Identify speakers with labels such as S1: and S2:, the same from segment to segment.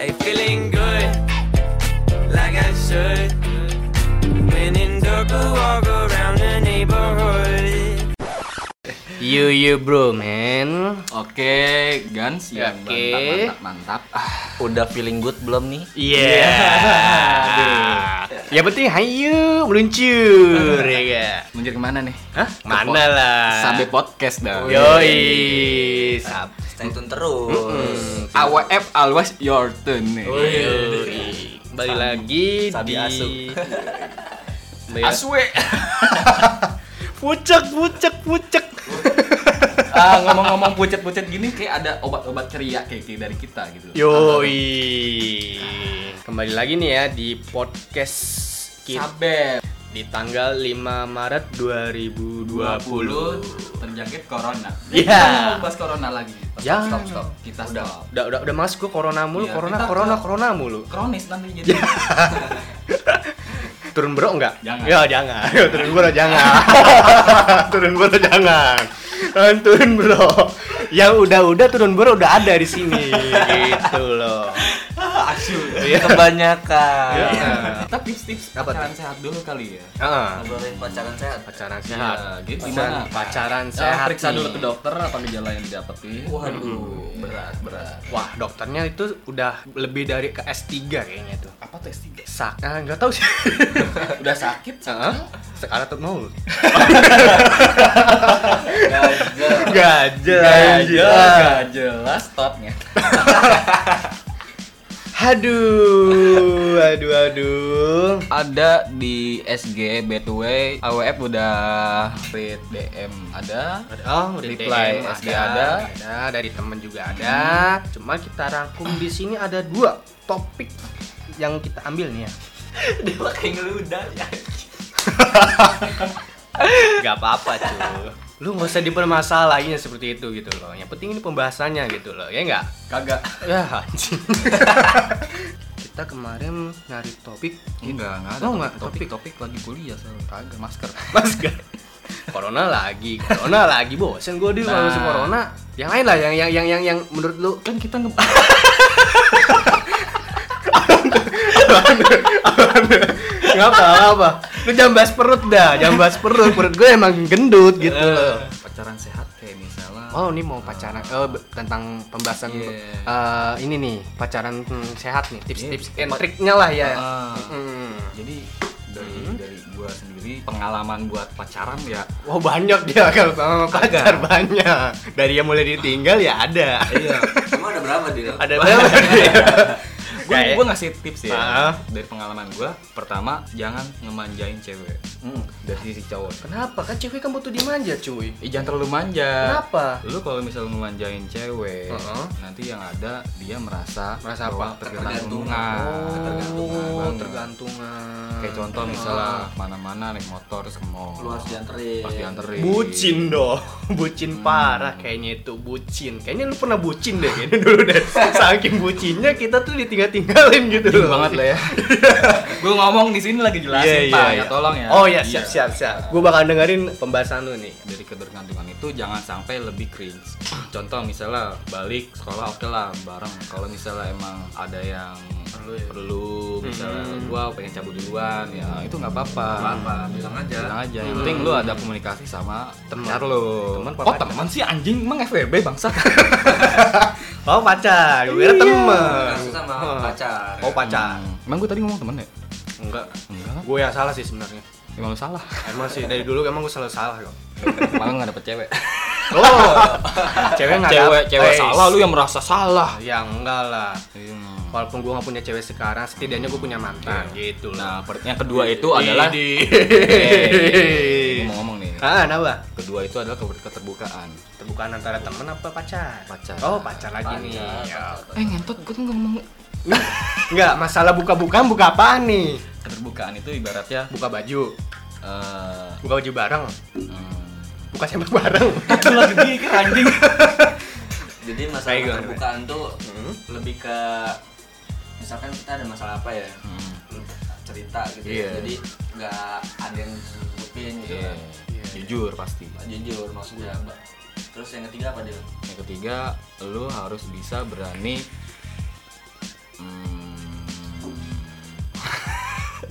S1: Hey, feeling good, like I should. When in circle, walk around the neighborhood.
S2: You you bro man.
S3: Oke, Gans ya
S2: Oke.
S3: mantap, mantap, mantap. Ah,
S4: Udah feeling good belum nih?
S2: Iya. Ya penting hayu meluncur ya ga?
S3: Meluncur kemana nih?
S2: Hah?
S3: Ke
S2: Mana
S3: pod-
S2: lah.
S3: Sampai podcast dong.
S2: Yoi. Sab.
S4: Stay tune terus.
S3: AWF always your turn nih.
S2: Yoi. Balik lagi
S4: Sabi
S2: di
S4: asu.
S2: Balik-
S3: Aswe.
S2: Pucek pucek pucek.
S3: Ah, ngomong-ngomong pucet-pucet gini kayak ada obat-obat ceria kayak, kayak dari kita gitu.
S2: Yoi. Kembali lagi nih ya di podcast kita
S3: Saber
S2: di tanggal 5 Maret 2020.
S3: 20 terjangkit corona.
S2: Iya.
S3: Kita mau bahas corona lagi. Stop,
S2: Jangan.
S3: Stop, stop. Kita stop.
S2: Udah udah udah mas gue corona mulu,
S3: Iya,
S2: corona
S3: kita-
S2: corona corona mulu.
S3: Kronis nanti jadi.
S2: Turun bro enggak?
S3: Jangan.
S2: Ya jangan. Turun bro jangan. turun bro jangan. Eh, Turun bro. Yang udah-udah turun bro udah ada di sini gitu loh.
S3: Asu.
S4: Kebanyakan.
S2: Iya.
S3: Kita tips-tips
S2: Apa
S3: pacaran sehat dulu kali ya.
S2: Heeh.
S4: Ngobrolin pacaran sehat.
S2: Pacaran
S3: Iya,
S2: sehat.
S3: gitu
S2: Pacaran,
S3: gimana?
S2: pacaran
S3: Eh,
S2: sehat.
S3: periksa
S2: nih.
S3: dulu ke dokter apa gejala yang didapati.
S4: Waduh,
S3: berat, berat.
S2: Wah, dokternya itu udah lebih dari ke S3 kayaknya tuh.
S3: Apa tes tiga?
S2: Sak, ah, nggak tahu sih.
S3: Udah sakit
S2: Heeh. Sekarang tuh mau.
S4: Gagal.
S2: Gajah.
S3: Gak jelas topnya.
S2: Aduh, aduh, aduh.
S3: Ada di SG B2W, AWF udah read DM ada.
S2: Oh, udah
S3: Reply
S2: DM
S3: SD ada.
S2: ada, Hmm. dari temen juga ada. Cuma kita rangkum di sini ada dua topik yang kita ambil nih ya.
S4: Dia pakai ngeludah ya.
S2: Gak apa-apa cuy. Lu nggak usah dipermasalahin seperti itu gitu loh. Yang penting ini pembahasannya gitu loh, ya nggak?
S3: Kagak.
S2: Ya anjing. kita kemarin nyari topik
S3: Enggak, Oh, enggak
S2: ada. Topik-
S3: topik lagi kuliah soalnya. Kagak masker.
S2: Mas Gar. Corona lagi, corona lagi bosen gue di
S3: Nah.
S2: nah. corona. Yang lain lah yang yang yang yang yang menurut lu kan kita nge Ngapa apa? Lu jangan bahas perut dah, jangan bahas perut. Perut gue emang gendut gitu loh.
S3: Pacaran sehat kayak misalnya.
S2: Oh, ini mau pacaran eh, be- tentang pembahasan
S3: Iya.
S2: eh, ini nih, pacaran hmm, sehat nih, tips-tips
S3: Iya.
S2: and triknya lah ya.
S3: Ah.
S2: Mm.
S3: Jadi dari dari gua sendiri pengalaman buat pacaran ya
S2: Wah Oh, banyak dia kalau sama pacar banyak. Dari yang mulai ditinggal ya ada.
S3: iya
S4: Emang ada berapa di dalam?
S2: Ada berapa dia?
S3: gue
S2: Kayak-
S3: gue ngasih tips ya
S2: Ah.
S3: dari pengalaman gue pertama jangan ngemanjain cewek dari sisi cowok
S2: Kenapa? Kan cewek kan butuh dimanja cuy.
S3: Ih, jangan terlalu manja
S2: Kenapa?
S3: lu kalau misal ngemanjain cewek
S2: Heeh.
S3: nanti yang ada dia merasa
S2: Merasa
S3: bahwa
S2: apa?
S3: ketergantungan ketergantungan
S2: Oh,
S3: banget.
S2: tergantungan.
S3: kayak contoh misalnya mana-mana naik motor terus ke mall
S4: Lu harus dianterin.
S3: Harus dianterin.
S2: Bucin dong, bucin parah kayaknya itu bucin. Kayaknya lu pernah bucin deh kayaknya dulu deh. Saking bucinnya kita tuh ditinggal-tinggalin gitu
S3: Ding
S2: loh.
S3: banget lah ya gue ngomong di sini lagi
S2: Iya,
S3: jelasin pak
S2: iya,
S3: ya tolong ya
S2: Oh iya,
S3: Iya.
S2: siap siap siap. Gua bakal dengerin pembahasan lu nih.
S3: dari ketergantungan itu jangan sampai lebih cringe contoh misalnya balik sekolah oke lah bareng kalau misalnya emang ada yang perlu, ya. misalnya gua pengen cabut duluan ya itu nggak apa-apa apa bilang aja Hmm. bilang aja yang penting lu ada komunikasi sama
S2: Temen.
S3: pacar lu
S2: Temen apa
S3: oh
S2: pacar?
S3: teman sih anjing emang FWB bangsa
S2: Oh pacar, gue kira temen.
S4: Kasus sama pacar.
S2: Oh pacar.
S3: emang gua tadi ngomong temen ya
S2: Enggak.
S3: enggak kan?
S2: Gue yang salah sih sebenarnya.
S3: emang lu salah
S2: Emang sih dari dulu emang gue selalu salah kok.
S3: malah nggak dapet cewek
S2: Oh, cewek nggak
S3: cewek
S2: dapet.
S3: cewek
S2: Eh,
S3: salah lu yang merasa salah
S2: Ya enggak lah.
S3: Iya.
S2: Walaupun gue nggak punya cewek sekarang, setidaknya gue punya mantan. Gitu lah.
S3: Nah, per- yang kedua itu adalah Eh, mau ngomong nih.
S2: Ah, kenapa?
S3: Kedua itu adalah ke- keterbukaan.
S2: Terbukaan antara temen apa pacar?
S3: Pacar.
S2: Oh, pacar lagi nih. Ya.
S3: Eh, ngentot gue tuh ngomong
S2: Enggak, masalah buka-bukaan buka apaan nih?
S3: keterbukaan itu ibaratnya
S2: Buka baju.
S3: eh
S2: Buka baju bareng.
S3: hmm,
S2: Buka sempak bareng.
S3: lagi
S2: kan,
S3: mikir anjing.
S4: Jadi masalah
S2: Kayak gimana?
S4: keterbukaan Kan tuh
S2: Hmm?
S4: lebih ke misalkan kita ada masalah apa ya?
S3: Hmm,
S4: Lu cerita gitu.
S3: Iya.
S4: ya. Jadi nggak ada yang tutupin gitu.
S3: iya.
S4: kan.
S3: Jujur pasti.
S4: Jujur maksudnya. Mbak. Terus yang ketiga apa dia?
S3: Yang ketiga, lu harus bisa berani mm,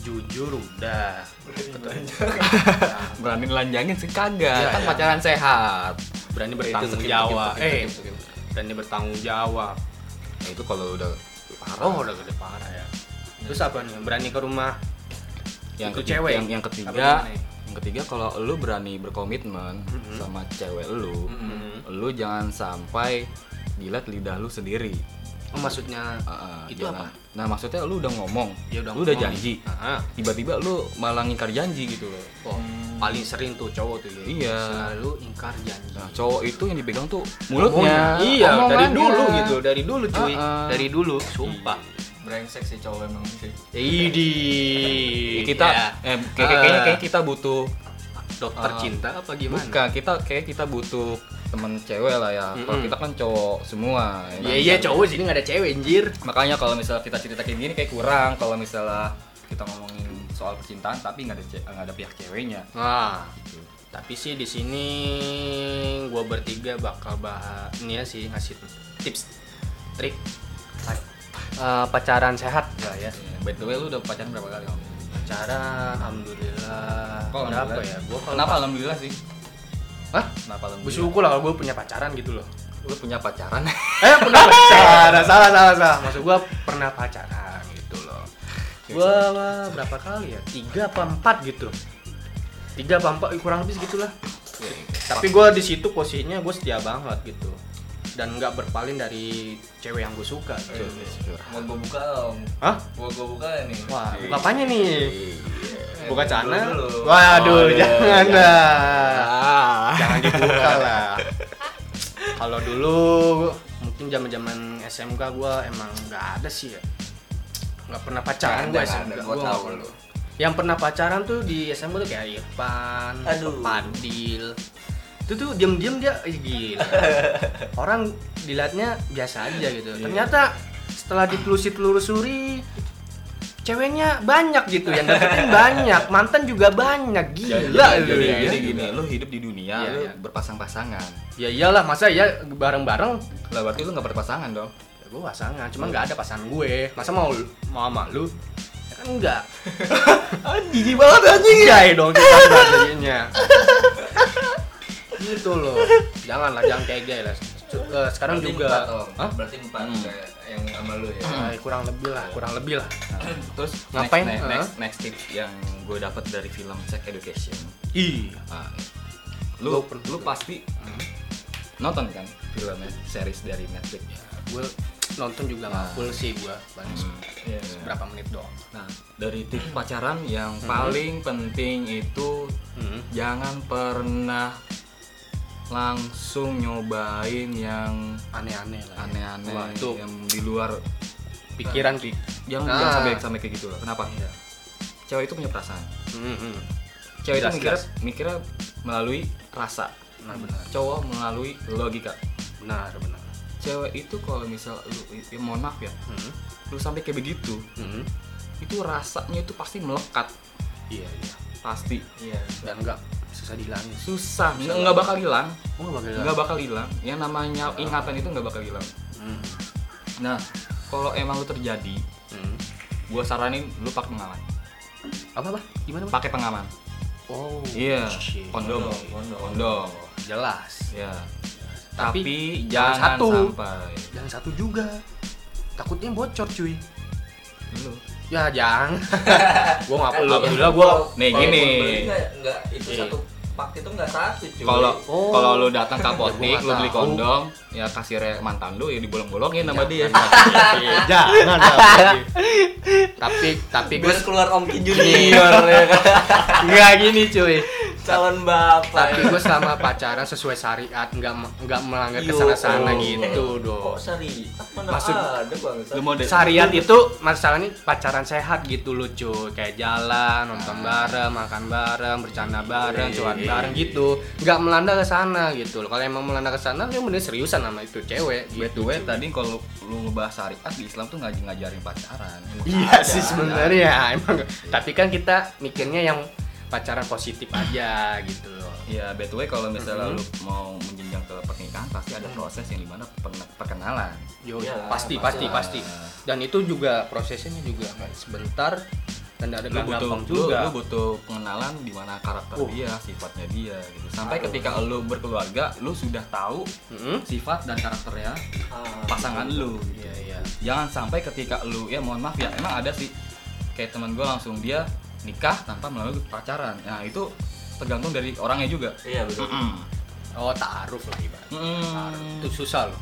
S2: Jujur udah.
S3: berani nelanjangin sih kagak
S2: Iya,
S3: kan
S2: iya.
S3: pacaran sehat
S2: Berani
S3: Itu,
S2: bertanggung
S3: skip,
S2: jawab.
S3: skip, skip,
S2: Eh,
S3: skip, skip, skip.
S2: berani bertanggung jawab.
S3: Nah, itu kalau udah parah
S2: Oh, udah gede parah ya. Terus apa nih? Berani ke rumah
S3: yang
S2: itu
S3: ketiga,
S2: cewek.
S3: yang, yang
S2: Apa
S3: ketiga
S2: gimana ya?
S3: yang ketiga kalau lu berani berkomitmen sama cewek lu lu jangan sampai jilat lidah lu sendiri
S2: Oh, maksudnya
S3: Ah, ah,
S2: Itu
S3: jangan. nah maksudnya lu udah ngomong
S2: Ya, udah
S3: lu udah
S2: ngomong.
S3: janji
S2: ah,
S3: tiba-tiba lu malah ngingkar janji gitu loh
S2: oh, paling sering tuh cowok tuh ya.
S3: Iya.
S2: Selalu ingkar janji.
S3: nah, cowok itu yang dipegang tuh
S2: Ah. Mulutnya.
S3: mulutnya
S2: Iya, dari
S3: omongannya.
S2: dulu gitu, dari dulu cuy.
S3: Ah, ah.
S2: Dari dulu, sumpah.
S4: brengsek sih cowok emang sih
S2: Hmm. Idi. Iya.
S3: Ya, kita eh, kayak- kayak- kayaknya kayak kita butuh
S2: dokter
S3: Ah.
S2: cinta apa gimana?
S3: bukan kita kayak kita butuh temen cewek lah ya kalau
S2: Mm-mm.
S3: kita kan cowok semua ya
S2: Iya
S3: kan?
S2: iya cowok sini nggak ada cewek anjir.
S3: makanya kalau misalnya kita cerita kayak gini kayak kurang kalau misalnya kita ngomongin soal percintaan tapi nggak ada ce- nggak ada pihak ceweknya
S2: Nah, tapi sih di sini gua bertiga bakal bahas ini ya sih ngasih tips trik Eh, pacaran sehat lah ya.
S3: by the way lu udah pacaran berapa kali Om?
S2: Pacaran alhamdulillah.
S3: Kok
S2: berapa
S3: alhamdulillah?
S2: ya? Gua kalau
S3: kenapa alhamdulillah sih
S2: Hah?
S3: kenapa alhamdulillah
S2: Bersyukur lah kalau gua punya pacaran gitu loh.
S3: lu punya pacaran
S2: Eh pernah pacaran, salah salah salah. Maksud gua pernah pacaran gitu loh. Gua wah, berapa kali ya? Tiga apa empat gitu. Tiga apa empat kurang lebih segitulah. Tapi gua di situ posisinya gue setia banget gitu dan nggak berpaling dari cewek yang gue suka. Gitu.
S3: Eh.
S4: mau gue buka om
S2: Hah?
S4: mau gue buka nih
S2: Wah, buka apanya nih? Buka channel?
S4: dulu, dulu.
S2: Waduh,
S3: Waduh,
S2: jangan
S3: jangan.
S2: dah.
S3: ah
S2: jangan dibuka lah kalau dulu mungkin zaman zaman SMK gue emang nggak ada sih ya nggak pernah pacaran gue
S4: Nggak ada,
S2: SMK
S4: nggak ada.
S2: gua
S4: Gua
S2: nggak
S4: tahu
S2: pernah.
S4: lu.
S2: yang pernah pacaran tuh di SMK tuh kayak Irfan,
S4: Aduh.
S2: Padil itu tuh diam-diam dia eh, gila orang dilihatnya biasa aja gitu ternyata setelah ditelusuri telusuri ceweknya banyak gitu yang dapetin banyak mantan juga banyak gila
S3: jadi,
S2: lu
S3: jadi,
S2: ya.
S3: jadi gini lu hidup di dunia
S2: Iya,
S3: lu
S2: iya.
S3: berpasang-pasangan
S2: Ya iyalah masa ya bareng-bareng
S3: lah berarti lu nggak berpasangan dong
S2: ya gue pasangan, cuman nggak ada pasangan gue. Masa mau mau sama lu? Ya kan enggak.
S3: gigi banget anjing
S2: Jai dong kita jadinya. gitu loh. Janganlah jangan kayak gay lah. Su- eh, Sekarang
S4: Berarti
S2: juga
S4: empat, Om.
S2: Hah?
S4: berarti empat
S3: Hmm.
S4: kayak yang sama lu ya
S2: Eh, kurang lebih lah, kurang lebih lah.
S3: terus
S2: Ngapain?
S3: next,
S2: Heeh.
S3: next, next tip yang gue dapat dari film Sex Education
S2: Ih,
S3: Ah, lu
S2: Gua pernah
S3: lu
S2: tuh.
S3: pasti nonton kan filmnya series dari Netflix
S2: gue nonton juga nggak
S3: Nah.
S2: full sih gue, paling
S3: Iya.
S2: berapa menit doang.
S3: nah dari tip pacaran yang paling penting itu
S2: Hmm.
S3: jangan pernah langsung nyobain yang
S2: Aneh-aneh lah. ya.
S3: aneh-aneh Iya.
S2: Wah, itu
S3: yang di luar
S2: pikiran sih.
S3: yang
S2: Ah.
S3: jangan sampai sampai kayak gitu lah kenapa cewek itu punya perasaan
S2: Hmm, hmm.
S3: cewek
S2: Jelas,
S3: itu mikirnya mikirnya melalui rasa Hmm.
S2: Benar, benar,
S3: cowok melalui logika
S2: benar, benar.
S3: cewek itu kalau misal lu ya mohon maaf ya
S2: Hmm,
S3: lu sampai kayak begitu
S2: hmm.
S3: itu rasanya itu pasti melekat
S2: Iya, iya.
S3: pasti
S4: iya
S2: dan nggak susah dihilangin sih.
S3: susah nggak nggak bakal hilang
S2: Oh,
S3: nggak bakal hilang yang namanya ingatan itu nggak bakal hilang
S2: Hmm.
S3: nah kalau emang lu terjadi
S2: Hmm.
S3: gua saranin lu pakai pengaman
S2: Apa apa? Gimana Pak?
S3: pakai pengaman
S2: Oh.
S3: iya
S2: shit.
S3: kondom
S4: Kondom.
S3: kondom
S2: Jelas.
S3: ya
S2: Tapi,
S3: tapi, jangan
S2: satu.
S3: sampai
S2: Yang satu juga. Takutnya bocor cuy.
S3: lu
S2: Ya jangan. gua nggak perlu.
S3: Apa?
S2: Alhamdulillah gua.
S3: Nih,
S4: Eh, Kalau
S3: gini.
S4: gua beli nggak- ya? nggak itu
S2: Iya.
S4: satu pak itu nggak satu cuy
S3: kalau
S2: Oh.
S3: kalau lu datang ke apotek
S2: nggak
S3: lu beli
S2: tahu.
S3: kondom ya kasih re- mantan lu ya dibolong-bolongin sama dia
S2: Iya, jangan. jangan. tapi tapi gue
S4: biar keluar Om Ki Junior
S3: Iya.
S2: junior ya kan. Nggak gini cuy.
S4: calon bapak
S2: Tapi gue selama pacaran sesuai syariat nggak nggak melanggar
S4: Yo.
S2: kesana sana
S4: Eh,
S2: gitu dong.
S4: kok syariat mana
S2: Maksud-
S4: ada bangsa
S3: lu mau deh
S2: Seharian itu masalahnya pacaran sehat gitu loh cuy Kayak jalan, nonton bareng, makan bareng, bercanda
S3: Iya,
S2: bareng, cuan bareng gitu Nggak melanda ke sana gitu loh Kalau emang melanda ke sana, lu mending seriusan sama itu cewek
S3: By the
S2: gitu
S3: way,
S2: cuy.
S3: tadi kalau lu ngebahas syariat di Islam tuh ngaj- ngajarin pacaran. Emang
S2: Iya
S3: ada.
S2: sih sebenarnya emang. Tapi kan kita mikirnya yang pacaran positif aja gitu loh
S3: ya by the way kalau misalnya
S2: Mhm.
S3: lu mau menjenjang ke pernikahan pasti ada proses yang dimana pen- perkenalan
S2: Yo,
S4: Ya,
S3: Iya,
S2: pasti, pasti,
S4: pasti lah.
S2: pasti. Dan itu juga prosesnya juga nggak sebentar dan nggak ada
S3: lu
S2: nggak
S3: butuh
S2: gampang
S3: lu-
S2: juga.
S3: lu butuh pengenalan di mana karakter
S2: Uh.
S3: dia sifatnya dia gitu sampai
S4: Aduh.
S3: ketika lu berkeluarga lu sudah tahu
S2: Mm-mm.
S3: sifat dan karakternya
S4: Ah,
S3: pasangan lu
S2: Hmm?
S3: gitu.
S2: Iya, iya.
S3: jangan sampai ketika lu ya mohon maaf ya emang ada sih kayak teman gue langsung dia nikah tanpa melalui pacaran nah itu tergantung dari orangnya juga
S4: Iya betul.
S2: Oh, taaruf lah ibarat. Taaruf.
S3: Mm.
S2: Itu susah loh.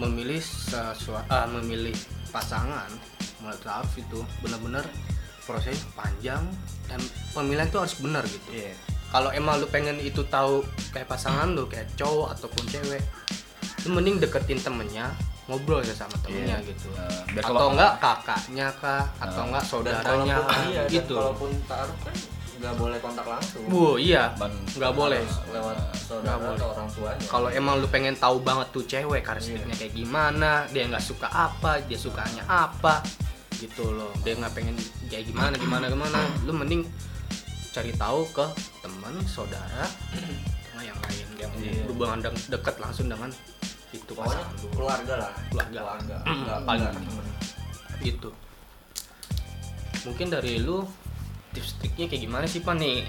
S2: Memilih sesuatu ah, memilih pasangan melalui taaruf itu benar-benar proses panjang dan pemilihan itu harus benar gitu.
S3: Iya.
S2: Kalau emang lu pengen itu tahu kayak pasangan lu kayak cowok ataupun cewek, lu mending deketin temennya ngobrol ya sama temennya
S3: Iya.
S2: gitu.
S3: Nah, biar
S2: atau
S3: kalau-
S2: enggak kakaknya kah atau
S3: Nah.
S2: enggak
S4: Dan
S2: saudaranya
S4: kalaupun
S2: kah,
S4: iya, dan
S2: gitu.
S4: kalaupun taruh kan nggak boleh kontak langsung.
S2: Bu, iya.
S3: Dan-
S2: Nggak boleh.
S4: Harus lewat saudara
S2: Nggak
S4: atau orang tuanya.
S2: Kalau emang lu pengen tahu banget tuh cewek
S3: Iya.
S2: karakternya kayak gimana, dia nggak suka apa, dia sukanya apa, gitu loh. Dia nggak pengen kayak gimana, gimana, gimana. Lu mending cari tahu ke teman, saudara, sama yang lain yang
S3: Iya.
S2: berhubungan deng- dekat langsung dengan itu
S4: pokoknya
S2: pasangan lu.
S4: keluarga lah.
S2: Keluarga. Hmm,
S4: Keluarga.
S3: Paling
S4: Paling
S3: penting.
S2: Gitu. Mungkin dari lu tips triknya kayak gimana sih Pan nih?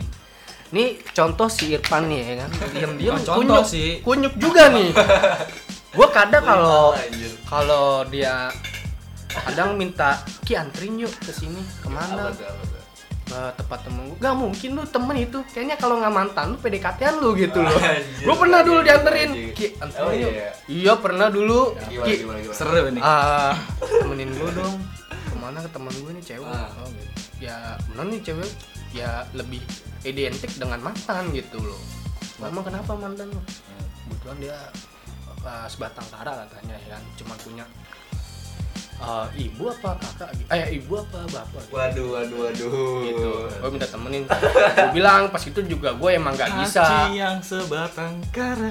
S2: Nih contoh si Irfan nih ya kan, diam-diam
S3: Bukan contoh
S2: kunyuk-
S3: sih.
S2: kunyuk juga nih. Gue kadang
S3: ya.
S2: kalau
S4: Salah, anjir.
S2: kalau dia kadang minta ki anterin yuk ke sini
S4: Iya, Apa
S2: kemana
S4: tuh, apa tuh?
S2: ke tempat temen gue gak mungkin lu temen itu kayaknya kalau nggak mantan lu PDKT-an lu gitu loh
S4: Ah, Anjir,
S2: gue pernah dulu
S4: anjir,
S2: dianterin
S4: anjir.
S2: ki anterin
S4: Oh,
S2: yuk
S4: iya.
S2: iya pernah dulu
S4: Gimana,
S2: ki
S4: gimana, gimana?
S3: Iya. seru ini
S2: ah, temenin gue dong kemana ke temen gue nih cewek
S4: Ah.
S2: Oh, gitu. ya bener nih cewek ya lebih identik dengan mantan gitu loh emang kenapa mantan lu kebetulan dia uh, sebatang kara katanya ya kan cuma punya uh, ibu apa kakak gitu. eh ibu apa bapak gitu.
S4: Waduh, waduh, waduh.
S2: gitu gue minta temenin gue bilang pas itu juga gue emang
S3: Ah,
S2: gak bisa
S3: Aci yang sebatang kara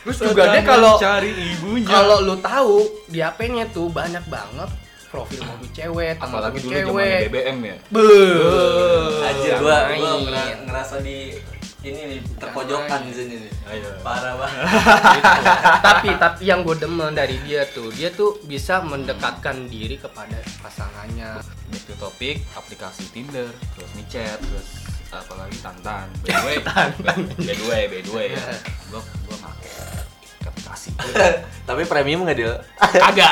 S2: terus juga dia kalau
S3: cari ibunya
S2: kalau lu tahu di HP-nya tuh banyak banget profil mobil cewek teman
S3: apalagi
S2: mobil
S3: dulu
S2: cewek Eh.
S3: zaman BBM ya
S2: Beuh.
S4: Anjir, gua, gua
S2: Main.
S4: ngera- ngerasa di ini nih terpojokan di sini nih.
S3: Ayo.
S4: Parah banget.
S2: tapi tapi yang gue demen dari dia tuh dia tuh bisa mendekatkan diri kepada pasangannya
S3: back to topic aplikasi Tinder terus micet terus apalagi Tantan by the way by the way by the way
S2: Iya.
S3: ya gua gua pakai aplikasi
S4: Tapi premium nggak deal?
S3: kagak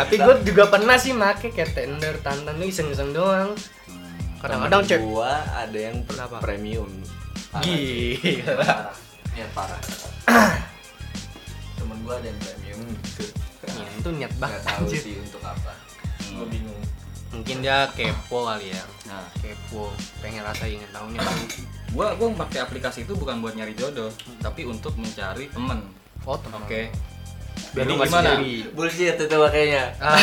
S2: Tapi gue juga pernah sih make kayak tender tantan lu iseng-iseng doang.
S3: Hmm,
S2: Kadang-kadang cek Iya.
S4: Gua ada yang per-
S2: Kenapa?
S4: premium.
S3: Iya.
S2: gila.
S4: Parah. Ya parah. Temen gua ada yang premium.
S2: Ya, itu niat
S4: Nggak
S2: banget
S4: tahu
S2: anjir.
S4: sih untuk apa. Gua bingung.
S2: Mungkin dia kepo kali ya.
S3: nah
S2: Kepo, pengen rasa ingin tahunya tahu.
S3: gua gua pakai aplikasi itu bukan buat nyari jodoh tapi untuk mencari temen
S2: Foto.
S3: oke
S2: Biar
S3: Jadi
S2: lu nggak
S3: gimana?
S2: sendiri.
S4: Bullshit itu makanya.
S2: Ah,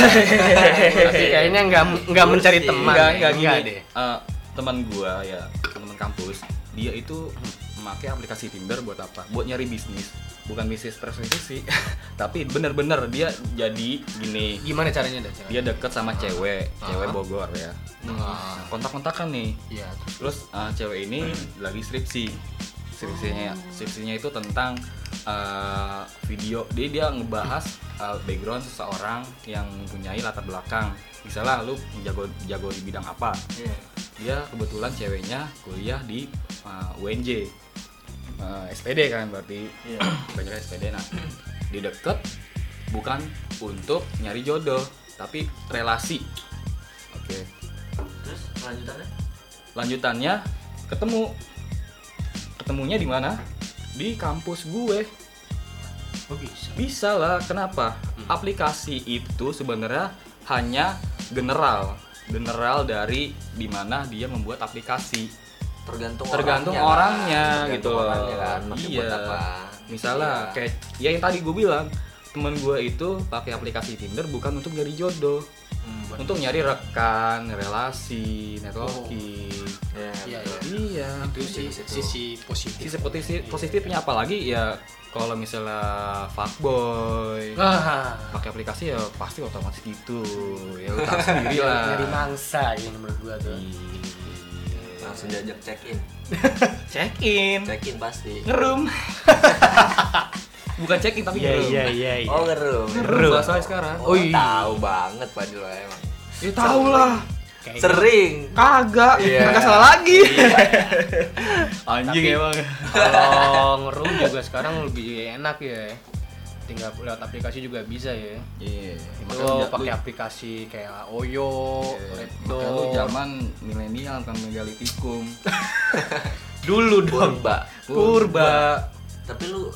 S2: tapi kayaknya nggak nggak mencari
S4: Sih,
S2: teman.
S3: Enggak, enggak gini.
S2: deh.
S3: Eh, teman gua ya, teman kampus, dia itu memakai aplikasi Tinder buat apa? Buat nyari bisnis, bukan bisnis prostitusi. Tapi bener-bener dia jadi gini,
S2: Gimana caranya Iya, dah caranya?
S3: dia deket sama cewek, cewek
S2: Ah.
S3: Bogor ya.
S2: Ah.
S3: Nah, kontak-kontakan nih.
S2: Iya. terus.
S3: Terus eh, cewek ini lagi skripsi. Skripsinya skripsinya itu tentang eh, video. Dia dia ngebahas eh, background seseorang yang mempunyai latar belakang. Misalnya lu jago jago di bidang apa? dia kebetulan ceweknya kuliah di uh, UNJ Uh, SPD kan berarti
S4: Iya.
S3: banyak SPD nah di deket bukan untuk nyari jodoh tapi relasi oke
S4: Terus lanjutannya?
S3: lanjutannya ketemu ketemunya di mana di kampus gue
S2: Oh bisa.
S3: bisa lah kenapa
S4: Hmm.
S3: aplikasi itu sebenarnya hanya general general dari dimana dia membuat aplikasi
S4: Tergantung
S3: tergantung
S4: orangnya,
S3: orangnya,
S4: kan.
S3: gitu
S4: Tergantung
S3: loh.
S4: orangnya kan. Pakai
S3: iya.
S4: buat apa?
S3: Misalnya
S4: Iya.
S3: kayak ya yang tadi gue bilang temen gue itu pakai aplikasi Tinder bukan untuk nyari jodoh,
S4: Hmm, buat-
S3: untuk nyari rekan,
S4: Oh.
S3: relasi, networking.
S4: Iya,
S2: Iya,
S4: betul.
S2: iya.
S3: Iya.
S2: Itu sih sisi positif.
S3: Sisi positif, positifnya apalagi ya kalau misalnya fuckboy
S2: Ah,
S3: pakai aplikasi ya pasti otomatis gitu ya lu tahu sendiri lah.
S2: nyari mangsa ini menurut gua tuh.
S3: Iya.
S4: langsung diajak check in
S2: check in
S4: check in pasti
S3: ngerum bukan check in tapi
S2: iya
S3: ngerum
S2: iya iya iya.
S4: oh ngerum
S3: ngerum bahasanya sekarang
S4: oh, tahu banget Fadil lo emang
S3: ya tau lah
S2: Kayak
S4: Iya.
S2: gitu.
S4: sering
S2: kagak
S4: Iya.
S2: kagak salah lagi
S3: Iya. anjing emang
S2: kalau ngerum juga sekarang lebih enak ya tinggal lewat aplikasi juga bisa ya
S3: iya
S2: lo
S3: makanya
S2: pakai
S3: pakai
S2: aplikasi kayak Oyo, Repto,
S3: Makanya lu zaman milenial kan megalitikum
S2: dulu dong,
S4: Purba.
S2: Purba.
S4: tapi lu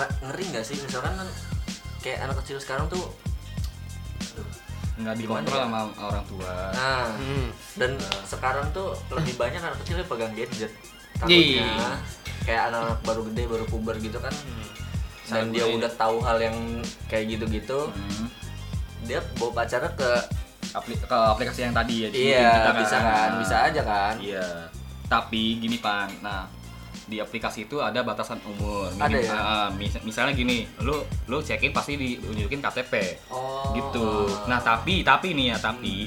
S4: ra- ngeri nggak sih misalkan kan kayak anak kecil sekarang tuh aduh,
S3: nggak dikontrol sama orang tua
S4: nah
S2: Hmm.
S4: dan sekarang tuh lebih banyak anak kecil yang pegang gadget takutnya
S2: Iya.
S4: kayak anak-anak baru gede baru puber gitu kan
S3: Hmm.
S4: dan
S3: Saling
S4: dia
S3: main.
S4: udah tahu hal yang kayak gitu-gitu
S3: Hmm.
S4: dia bawa pacarnya ke
S3: Apli- ke aplikasi yang tadi ya di
S4: iya
S3: kita
S4: bisa kan bisa aja kan
S3: iya tapi gini pan nah di aplikasi itu ada batasan umur
S4: Ada ya?
S3: Ah, mis- misalnya gini lu lu check-in pasti diunjukin KTP
S4: oh
S3: gitu nah tapi tapi nih ya tapi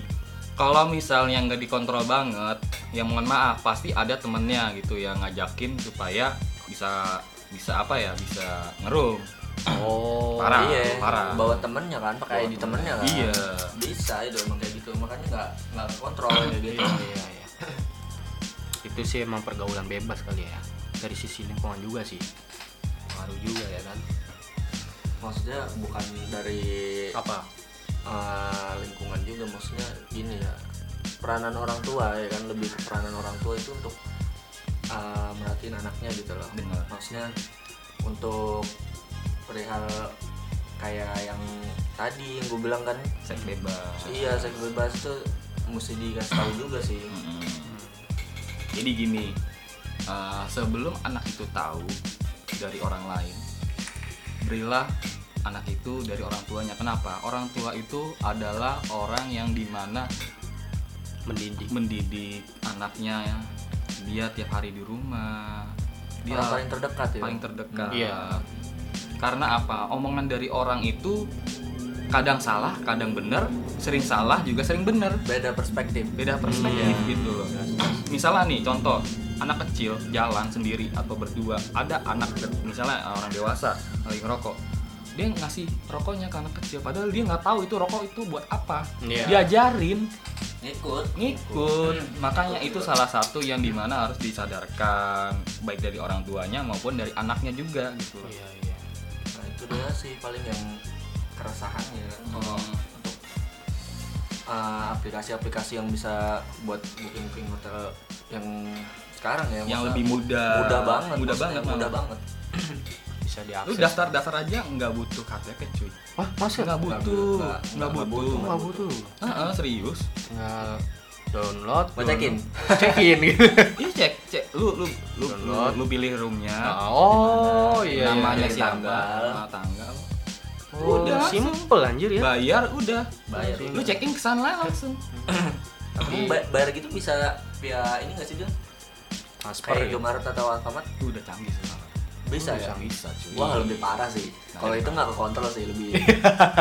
S3: kalau misalnya nggak dikontrol banget ya mohon maaf pasti ada temennya gitu yang ngajakin supaya bisa bisa apa ya bisa ngerum
S2: Oh,
S3: Parah,
S4: iya
S3: parah.
S4: bawa temennya kan pakai ID temennya kan
S3: Iya.
S4: bisa itu emang kayak gitu makanya nggak nggak kontrol ya gitu
S2: iya iya. Itu sih emang pergaulan bebas kali ya. Dari sisi lingkungan juga sih. Pengaruh juga ya kan.
S4: maksudnya bukan dari
S2: Apa?
S4: eh, lingkungan juga maksudnya gini ya peranan orang tua ya kan lebih ke peranan orang tua itu untuk eh, merhatiin anaknya gitu loh
S3: Bener.
S4: maksudnya untuk perihal kayak yang tadi yang gue bilang kan
S3: seks bebas
S4: iya seks bebas tuh mesti dikasih tahu juga sih
S3: Mm. Jadi gini, eh, sebelum anak itu tahu dari orang lain, berilah anak itu dari orang tuanya. Kenapa? Orang tua itu adalah orang yang dimana
S2: Mendidik.
S3: mendidik anaknya, dia tiap hari di rumah, dia
S4: orang paling terdekat ya
S3: Iya. paling terdekat.
S2: Iya.
S3: Karena apa? Omongan dari orang itu kadang salah, kadang benar, sering salah juga sering benar
S4: beda perspektif
S3: beda perspektif gitu loh. Misalnya nih contoh anak kecil jalan sendiri atau berdua ada anak de- misalnya eh, orang dewasa lagi ngerokok dia ngasih rokoknya ke anak kecil padahal dia nggak tahu itu rokok itu buat apa
S2: Iya.
S3: diajarin
S4: ngikut
S3: ngikut makanya itu salah satu yang dimana harus disadarkan baik dari orang tuanya maupun dari anaknya juga gitu loh.
S2: Iya iya.
S4: nah itu dia sih paling yang keresahan ya kan kalau
S3: Hmm.
S4: untuk uh, aplikasi-aplikasi yang bisa buat booking booking hotel yang sekarang ya
S3: yang
S4: maksudnya
S3: lebih mudah
S4: mudah banget
S3: mudah
S4: maksudnya
S3: banget
S4: mudah
S3: malah.
S4: banget
S2: Bisa
S3: lu
S2: diakses.
S3: daftar daftar aja nggak butuh KTP cuy
S2: Wah, masa
S3: nggak butuh
S4: nggak-
S3: nggak
S4: nggak
S3: butuh
S2: Oh, nggak butuh.
S3: Ah, ah, serius
S2: Tinggal download,
S4: Mau check-in?
S2: download. Check-in gitu.
S3: Iya cek cek lu lu lu lu,
S2: Download.
S3: lu pilih roomnya.
S2: Oh, iya. iya.
S3: namanya
S4: Pilih
S3: siapa?
S4: tanggal.
S3: Nama tanggal.
S2: Oh,
S3: Udah.
S2: simple anjir ya.
S3: Bayar udah.
S4: Bayar.
S3: Lu check-in kesana langsung.
S4: Emang ba- bayar gitu bisa via ini nggak sih Jun?
S2: Transfer.
S4: kayak
S2: ya.
S4: Indomaret atau Alfamart
S3: Itu udah canggih sekarang.
S4: bisa
S3: Bisa
S4: ya
S3: bisa cuy.
S4: Wah lebih parah sih.
S3: Iya. Nah,
S4: Kalau
S3: iya.
S4: itu nggak kekontrol sih lebih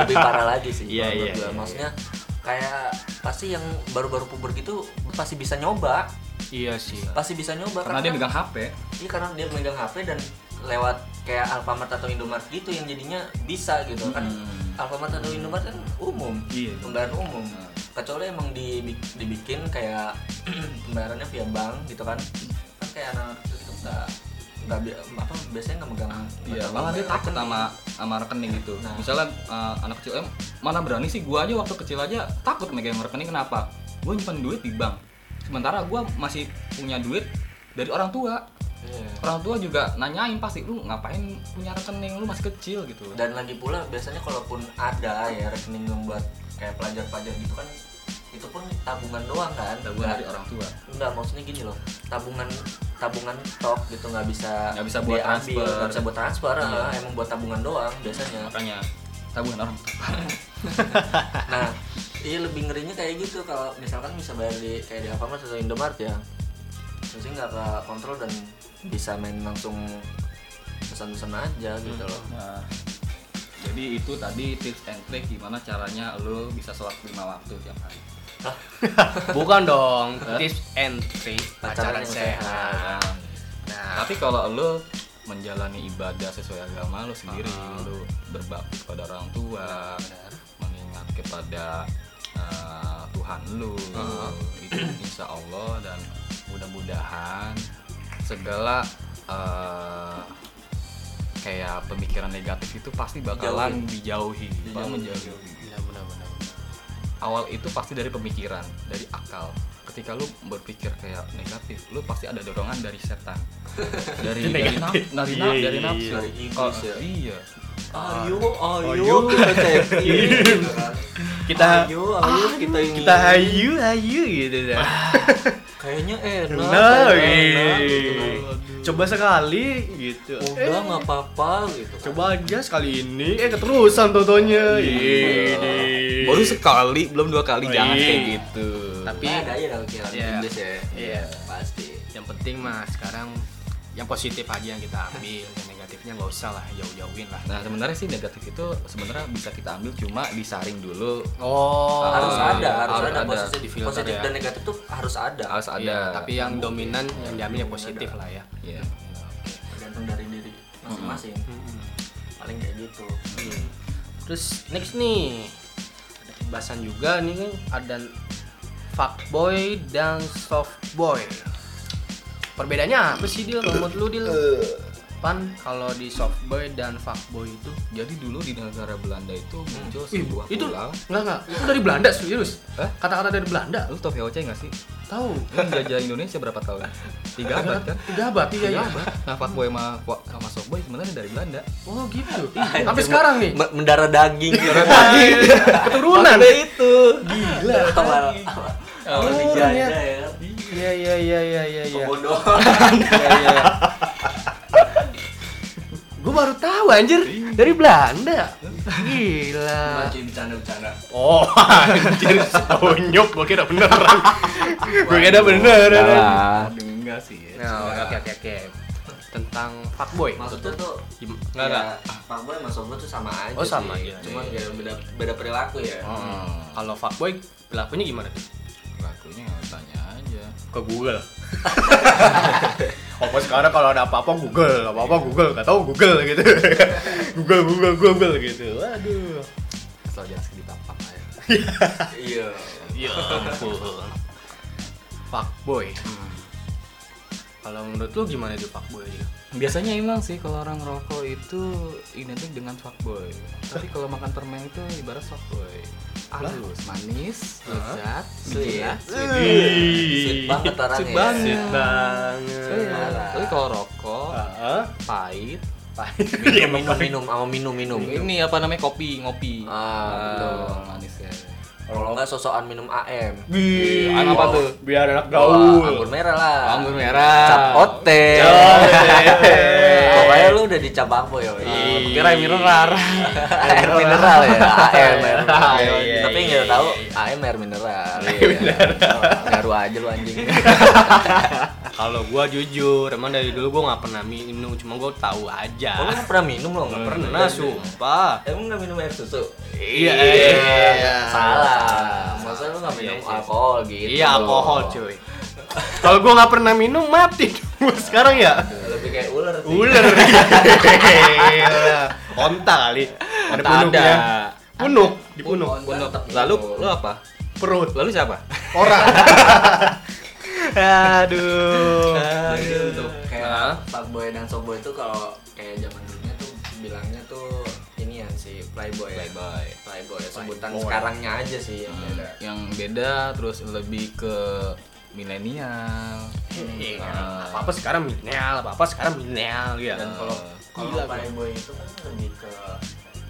S4: lebih parah lagi sih.
S2: Iya,
S4: kalau menurut
S2: iya,
S4: gua.
S2: iya,
S4: Maksudnya kayak pasti yang baru-baru puber gitu pasti bisa nyoba,
S2: Iya sih.
S4: pasti bisa nyoba
S3: Karena dia megang HP.
S4: Iya karena dia megang HP dan lewat kayak Alfamart atau Indomart gitu yang jadinya bisa gitu kan.
S3: Hmm.
S4: Alfamart atau Indomart kan umum,
S3: Iya.
S4: pembayaran umum.
S3: Nah.
S4: Kecuali emang dibi- dibikin kayak pembayarannya via bank gitu kan. Kan kayak anak kecil itu nggak nggak bi- apa biasanya nggak megang
S3: Iya,
S4: megang
S3: malah dia
S4: bayar
S3: takut
S4: rekening.
S3: sama sama rekening itu.
S4: Nah.
S3: Misalnya eh, anak kecil em mana berani sih gua aja waktu kecil aja takut megang rekening kenapa? Gua nyimpan duit di bank. Sementara gua masih punya duit dari orang tua.
S4: Iya.
S3: Orang tua juga nanyain pasti lu ngapain punya rekening lu masih kecil gitu. loh.
S4: dan lagi pula biasanya kalaupun ada ya rekening yang buat kayak pelajar-pelajar gitu kan itu pun tabungan doang kan
S3: Gangguan
S4: Nggak-
S3: dari orang tua.
S4: enggak maksudnya gini loh tabungan tabungan stok gitu nggak bisa
S3: Nggak bisa buat
S4: diambil,
S3: transfer. Iya.
S4: nggak bisa buat transfer ah, emang buat tabungan doang biasanya
S3: makanya tabungan orang tua
S4: nah iya lebih ngerinya kayak gitu kalau misalkan bisa bayar di kayak di Alfamart atau Indomart ya biasanya nggak ke kontrol dan bisa main langsung pesan-pesan aja gitu loh
S3: Nah, jadi itu tadi tips and trick gimana caranya lo bisa sholat lima waktu tiap hari
S2: Bukan dong, tips and trick pacaran
S4: yang
S2: sehat.
S3: Kan?
S2: Nah,
S3: Tapi kalau lu menjalani ibadah sesuai agama lu sendiri, lu berbakti kepada orang tua, mengingat kepada uh, Tuhan lu, itu insya Allah dan mudah-mudahan segala uh, kayak pemikiran negatif itu pasti bakalan dijauhi, Bang, menjauhi.
S2: benar benar benar.
S3: Awal itu pasti dari pemikiran, dari akal. Ketika lu berpikir kayak negatif, lu pasti ada dorongan dari setan, dari dari, naf, dari,
S2: Iya,
S3: naf- dari nafsu,
S4: Dari iblis
S3: Oh,
S4: ya.
S3: iya.
S4: Ayo, ayo,
S2: Ayo.
S4: kita gitu kan.
S2: Kita
S4: ayo, ayo, kita ini.
S2: kita hayu hayu gitu dah.
S4: Kayaknya enak.
S2: Nah,
S4: Oh, kayaknya enak,
S2: wih.
S4: gitu kan.
S2: coba sekali gitu.
S4: Udah nggak apa-apa gitu. kan.
S2: Coba aja sekali
S4: Iya.
S2: ini, eh keterusan Iya. tontonnya. Ini.
S3: Baru sekali, belum dua kali,
S2: Oh,
S3: jangan
S2: iya.
S3: kayak gitu.
S2: Tapi
S4: Nah, ada aja dalam pikiran
S2: Iya.
S4: iblis ya.
S2: Iya.
S4: Pasti.
S2: yang penting mah sekarang yang positif aja yang kita ambil, yang negatifnya nggak usah lah jauh-jauhin lah.
S3: Nah sebenarnya sih negatif itu sebenarnya bisa kita ambil cuma disaring dulu
S2: Oh,
S4: harus
S3: Ah,
S4: ada, harus,
S3: harus
S4: ada,
S3: ada.
S4: positif,
S3: Filter
S4: positif
S3: ya.
S4: dan negatif tuh harus ada.
S3: harus ada.
S2: Iya, tapi yang dominan yang diambil yang positif lah ya.
S3: Iya.
S4: Tergantung dari diri masing-masing. Paling kayak gitu.
S2: Terus next nih ada pembahasan juga nih kan ada fuckboy dan softboy. Perbedaannya apa sih dia menurut lu Dil? Pan kalau di softboy dan fuckboy itu
S3: Jadi dulu di negara Belanda itu muncul sebuah
S2: itu
S3: pulau.
S2: enggak enggak itu dari Belanda serius
S3: Hah?
S2: kata-kata dari Belanda
S3: Lu tau VOC nggak sih?
S2: tahu
S3: Lu jajah Indonesia berapa tahun? Tiga abad kan?
S2: tiga abad iya iya
S3: Nah, fuckboy sama sama softboy sebenarnya dari Belanda.
S2: oh gitu Ih, sampai sekarang nih
S4: Me- Mendarah daging gitu.
S2: keturunan
S3: itu.
S2: gila
S4: Awal awal
S2: Oh,
S4: dijajah
S2: ternyata.
S4: ya kan.
S2: Oh, iya iya iya iya iya iya
S4: Pembodohan.
S2: gue baru tahu anjir dari Belanda gila
S4: Masih bercanda-bercanda.
S2: oh anjir sonyok gue kira beneran gue kira beneran
S3: Aduh, enggak sih. Ya.
S2: nah oke oke oke tentang fuckboy
S4: Maksudnya tuh
S2: Gim- iya.
S4: Enggak,
S2: enggak
S4: ya,
S2: enggak
S4: Pak Boy sama Sobo tuh sama aja
S2: Oh, sama aja.
S4: sih.
S2: Ah.
S4: Cuman ya, beda, beda perilaku ya.
S3: Hmm.
S2: kalau fuckboy pelakunya gimana tuh
S3: Lakunya tanya aja.
S2: ke Google apa sekarang kalau ada apa-apa Google apa-apa Google nggak tahu Google gitu Google Google Google gitu aduh
S3: Asal jangan sedikit tapak aja.
S4: Iya.
S2: ya ampun fuckboy Hmm. kalau menurut lu gimana tuh fuckboy itu
S3: Biasanya emang sih kalau orang rokok itu identik dengan fuckboy. Tapi kalau makan permen itu ibarat softboy. Halus, manis, lezat,
S4: Sweet.
S3: sejelas.
S4: Sweet
S2: Sweet
S4: banget orangnya. ya.
S2: Sweet banget. banget.
S4: Sweet
S3: Iya, Tapi kalau rokok
S2: Ah,
S3: pahit.
S2: Iya,
S4: Minum, minum, minum, sama minum, minum.
S3: Ini apa namanya kopi, ngopi.
S4: Ah, betul.
S3: manis ya.
S4: Kalau enggak sosokan minum AM.
S2: Wih,
S3: apa tuh?
S2: Biar anak
S4: Wah,
S2: gaul.
S4: anggur merah lah.
S3: Anggur Oh, merah.
S4: Cap ote. Pokoknya lu udah dicap apa
S2: Ah,
S4: ya?
S3: Kira mineral.
S4: Air mineral ya, AM. air mineral.
S2: Iya, iya,
S4: Tapi
S2: iya,
S4: nggak
S2: iya,
S4: tahu AM air mineral. Garu aja lu anjing.
S2: Kalau gua jujur, emang dari dulu gua nggak pernah minum, cuma gua tahu
S3: Oh.
S4: Lu
S2: aja.
S4: nggak pernah minum lo?
S2: Nggak pernah, sumpah.
S4: Emang nggak minum air susu?
S2: Iya.
S4: Salah. Masa lu nggak minum
S2: Iya, iya.
S4: alkohol gitu?
S2: Iya alkohol
S4: loh.
S2: cuy. Kalau gua nggak pernah minum mati dong sekarang ya.
S4: Lebih kayak ular sih.
S2: Ular. Kontak kali. Ada ya?
S3: Ada.
S2: punuknya. Punuk, dipunuk.
S4: Ular tetap
S3: Lalu
S4: minum.
S3: lu apa?
S2: Perut.
S3: Lalu siapa?
S2: Orang. Aduh.
S4: Jadi untuk
S3: Nah.
S4: kayak fuckboy dan soboy itu kalau kayak zaman dulunya tuh bilangnya tuh ini ya si playboy ya.
S3: Playboy. Hmm.
S4: Playboy, sebutan
S2: Playboy.
S4: sekarangnya aja sih yang beda.
S3: yang beda terus lebih ke milenial ah,
S2: Iya, apa-apa sekarang milenial, apa-apa sekarang milenial ya.
S3: eh,
S4: Dan kalau kalau playboy itu kan lebih ke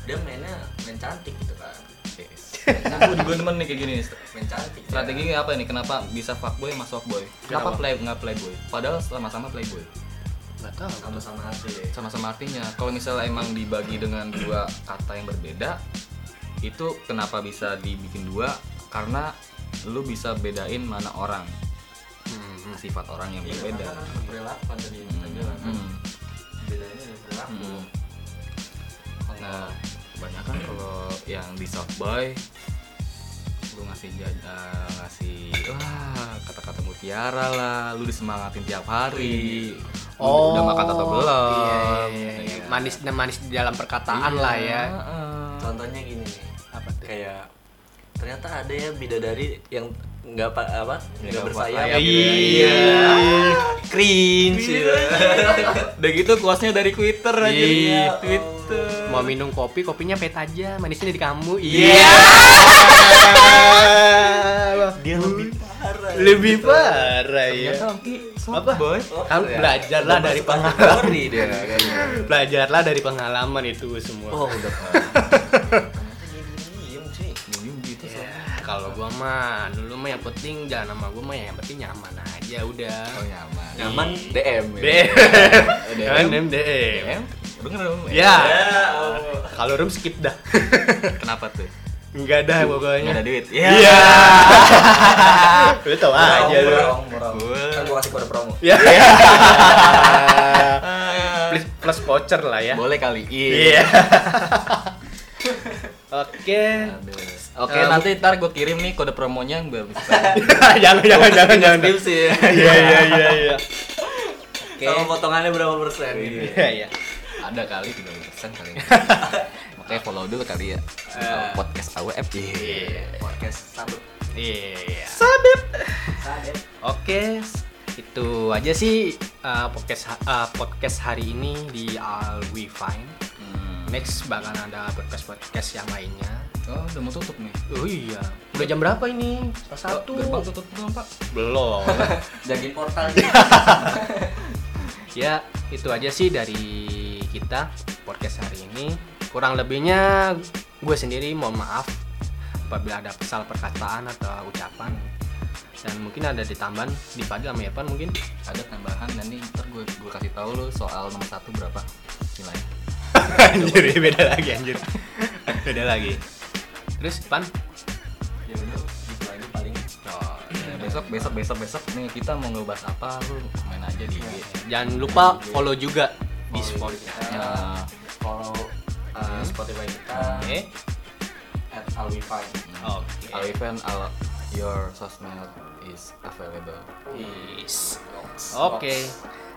S4: dia mainnya main cantik gitu kan.
S3: Iya. aku juga demen nih kayak gini nih.
S4: Main cantik. ya.
S3: Strateginya apa nih? Kenapa bisa fuckboy sama softboy? Kenapa,
S2: Kenapa?
S3: play nggak playboy? Padahal sama-sama playboy.
S2: Enggak tahu.
S4: ya. sama-sama asli.
S3: Sama-sama artinya. Kalau misalnya emang dibagi dengan dua kata yang berbeda, itu kenapa bisa dibikin dua? Karena lu bisa bedain mana orang
S2: Hmm.
S3: sifat orang yang
S4: Iya,
S3: berbeda.
S4: karena kan perilaku kan tadi yang kita bilang kan.
S3: Hmm.
S4: Bedanya dari perilaku.
S3: Hmm.
S4: Kalau
S3: kan Nah, kebanyakan kalau yang di South Boy lu ngasih jaj- eh, ngasih wah kata-kata mutiara lah lu disemangatin tiap hari Lu udah makan atau
S2: Oh.
S3: belum
S2: Iya, iya, iya.
S3: Oh, Iya.
S2: Manis manis di dalam perkataan lah ya.
S3: Heeh.
S4: Contohnya gini nih.
S2: Apa tuh?
S4: Kayak ternyata ada ya bidadari yang nggak apa apa nggak
S3: nggak bersayap.
S4: bersayap.
S2: gitu
S4: Iya. Cringe. gitu.
S3: Udah gitu kuasnya dari Twitter aja. ya.
S2: Iya.
S3: Twitter.
S2: Mau minum kopi, kopinya pet aja, manisnya di kamu.
S3: Iya.
S2: Wah,
S4: Dia lebih parah.
S2: Lebih parah ya.
S3: Gitu. Ternyata Angki
S2: Apa?
S3: apa? Boy. iya.
S4: Oh,
S2: Kamu
S4: ya.
S2: belajarlah
S4: Udah
S2: dari
S4: masuk kategori dia gitu. kayaknya.
S2: Belajarlah dari pengalaman itu semua.
S4: Oh, udah parah. Ternyata dia diem sih.
S3: Duyung gitu soalnya.
S2: Kalau gua mah dulu mah yang penting jangan sama gua mah ya, yang penting nyaman aja udah.
S3: Oh iya. nyaman. Iya.
S4: Nyaman DM. ya.
S3: DM.
S2: DM. DM.
S3: DM. Denger dong. eh.
S2: Ya.
S4: Ya, Allah.
S3: oh.
S2: Kalau room skip dah.
S3: Kenapa tuh?
S2: Enggak dah
S3: Nggak ada
S2: pokoknya.
S3: duit.
S2: Iya. Lu tau
S4: Ah,
S2: aja
S4: iya,
S2: lu.
S4: Promo, promo, promo.
S3: Gua-
S4: Kan gua kasih kode promo.
S2: Ya. Plus, plus voucher lah ya.
S3: Boleh kali.
S2: Iya. Oke.
S3: Ambil. Oke,
S2: Eh,
S3: nanti ntar gue kirim nih kode promonya yang biar bisa.
S2: Jangan jangan jangan jangan.
S4: Skripsi ya.
S2: Iya iya iya iya.
S4: Oke. Sama potongannya berapa persen gitu.
S2: Iya iya.
S3: Ada kali 30% kali. Makanya follow dulu kali ya. Podcast AWF. Iya.
S4: Podcast satu.
S2: Iya.
S4: Sadep.
S2: Oke, itu aja sih uh, podcast ha- uh, podcast hari ini di All We Fine.
S3: Hmm.
S2: Next bakal ada podcast podcast yang lainnya.
S3: Oh, udah mau tutup nih.
S2: Oh iya, udah jam berapa ini? Setengah Satu.
S3: Oh, Gerbang tutup belum, Pak?
S2: Belum.
S4: Jagain portal.
S2: ya, itu aja sih dari kita podcast hari ini. Kurang lebihnya gue sendiri mohon maaf apabila ada kesal perkataan atau ucapan dan mungkin ada ditambahan di pagi sama Irfan mungkin
S3: Ada tambahan nanti ntar gue gue kasih tahu lu soal nomor satu berapa nilainya.
S2: anjir ya beda lagi anjir beda lagi terus pan
S4: Ya udah, gitu aja paling.
S2: oh,
S3: Nah, besok besok besok besok nih kita mau ngebahas apa lu main aja di IG.
S2: jangan lupa follow juga di Spotify
S4: Ya.
S3: Nah,
S4: Follow uh, Spotify kita
S2: oke
S4: at Alwify.
S2: Oh, oke
S3: Alifan Hmm. al your sosmed is available.
S2: Is. oke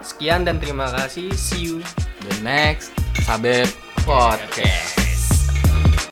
S2: sekian dan terima kasih see you
S3: The next Sabep Podcast.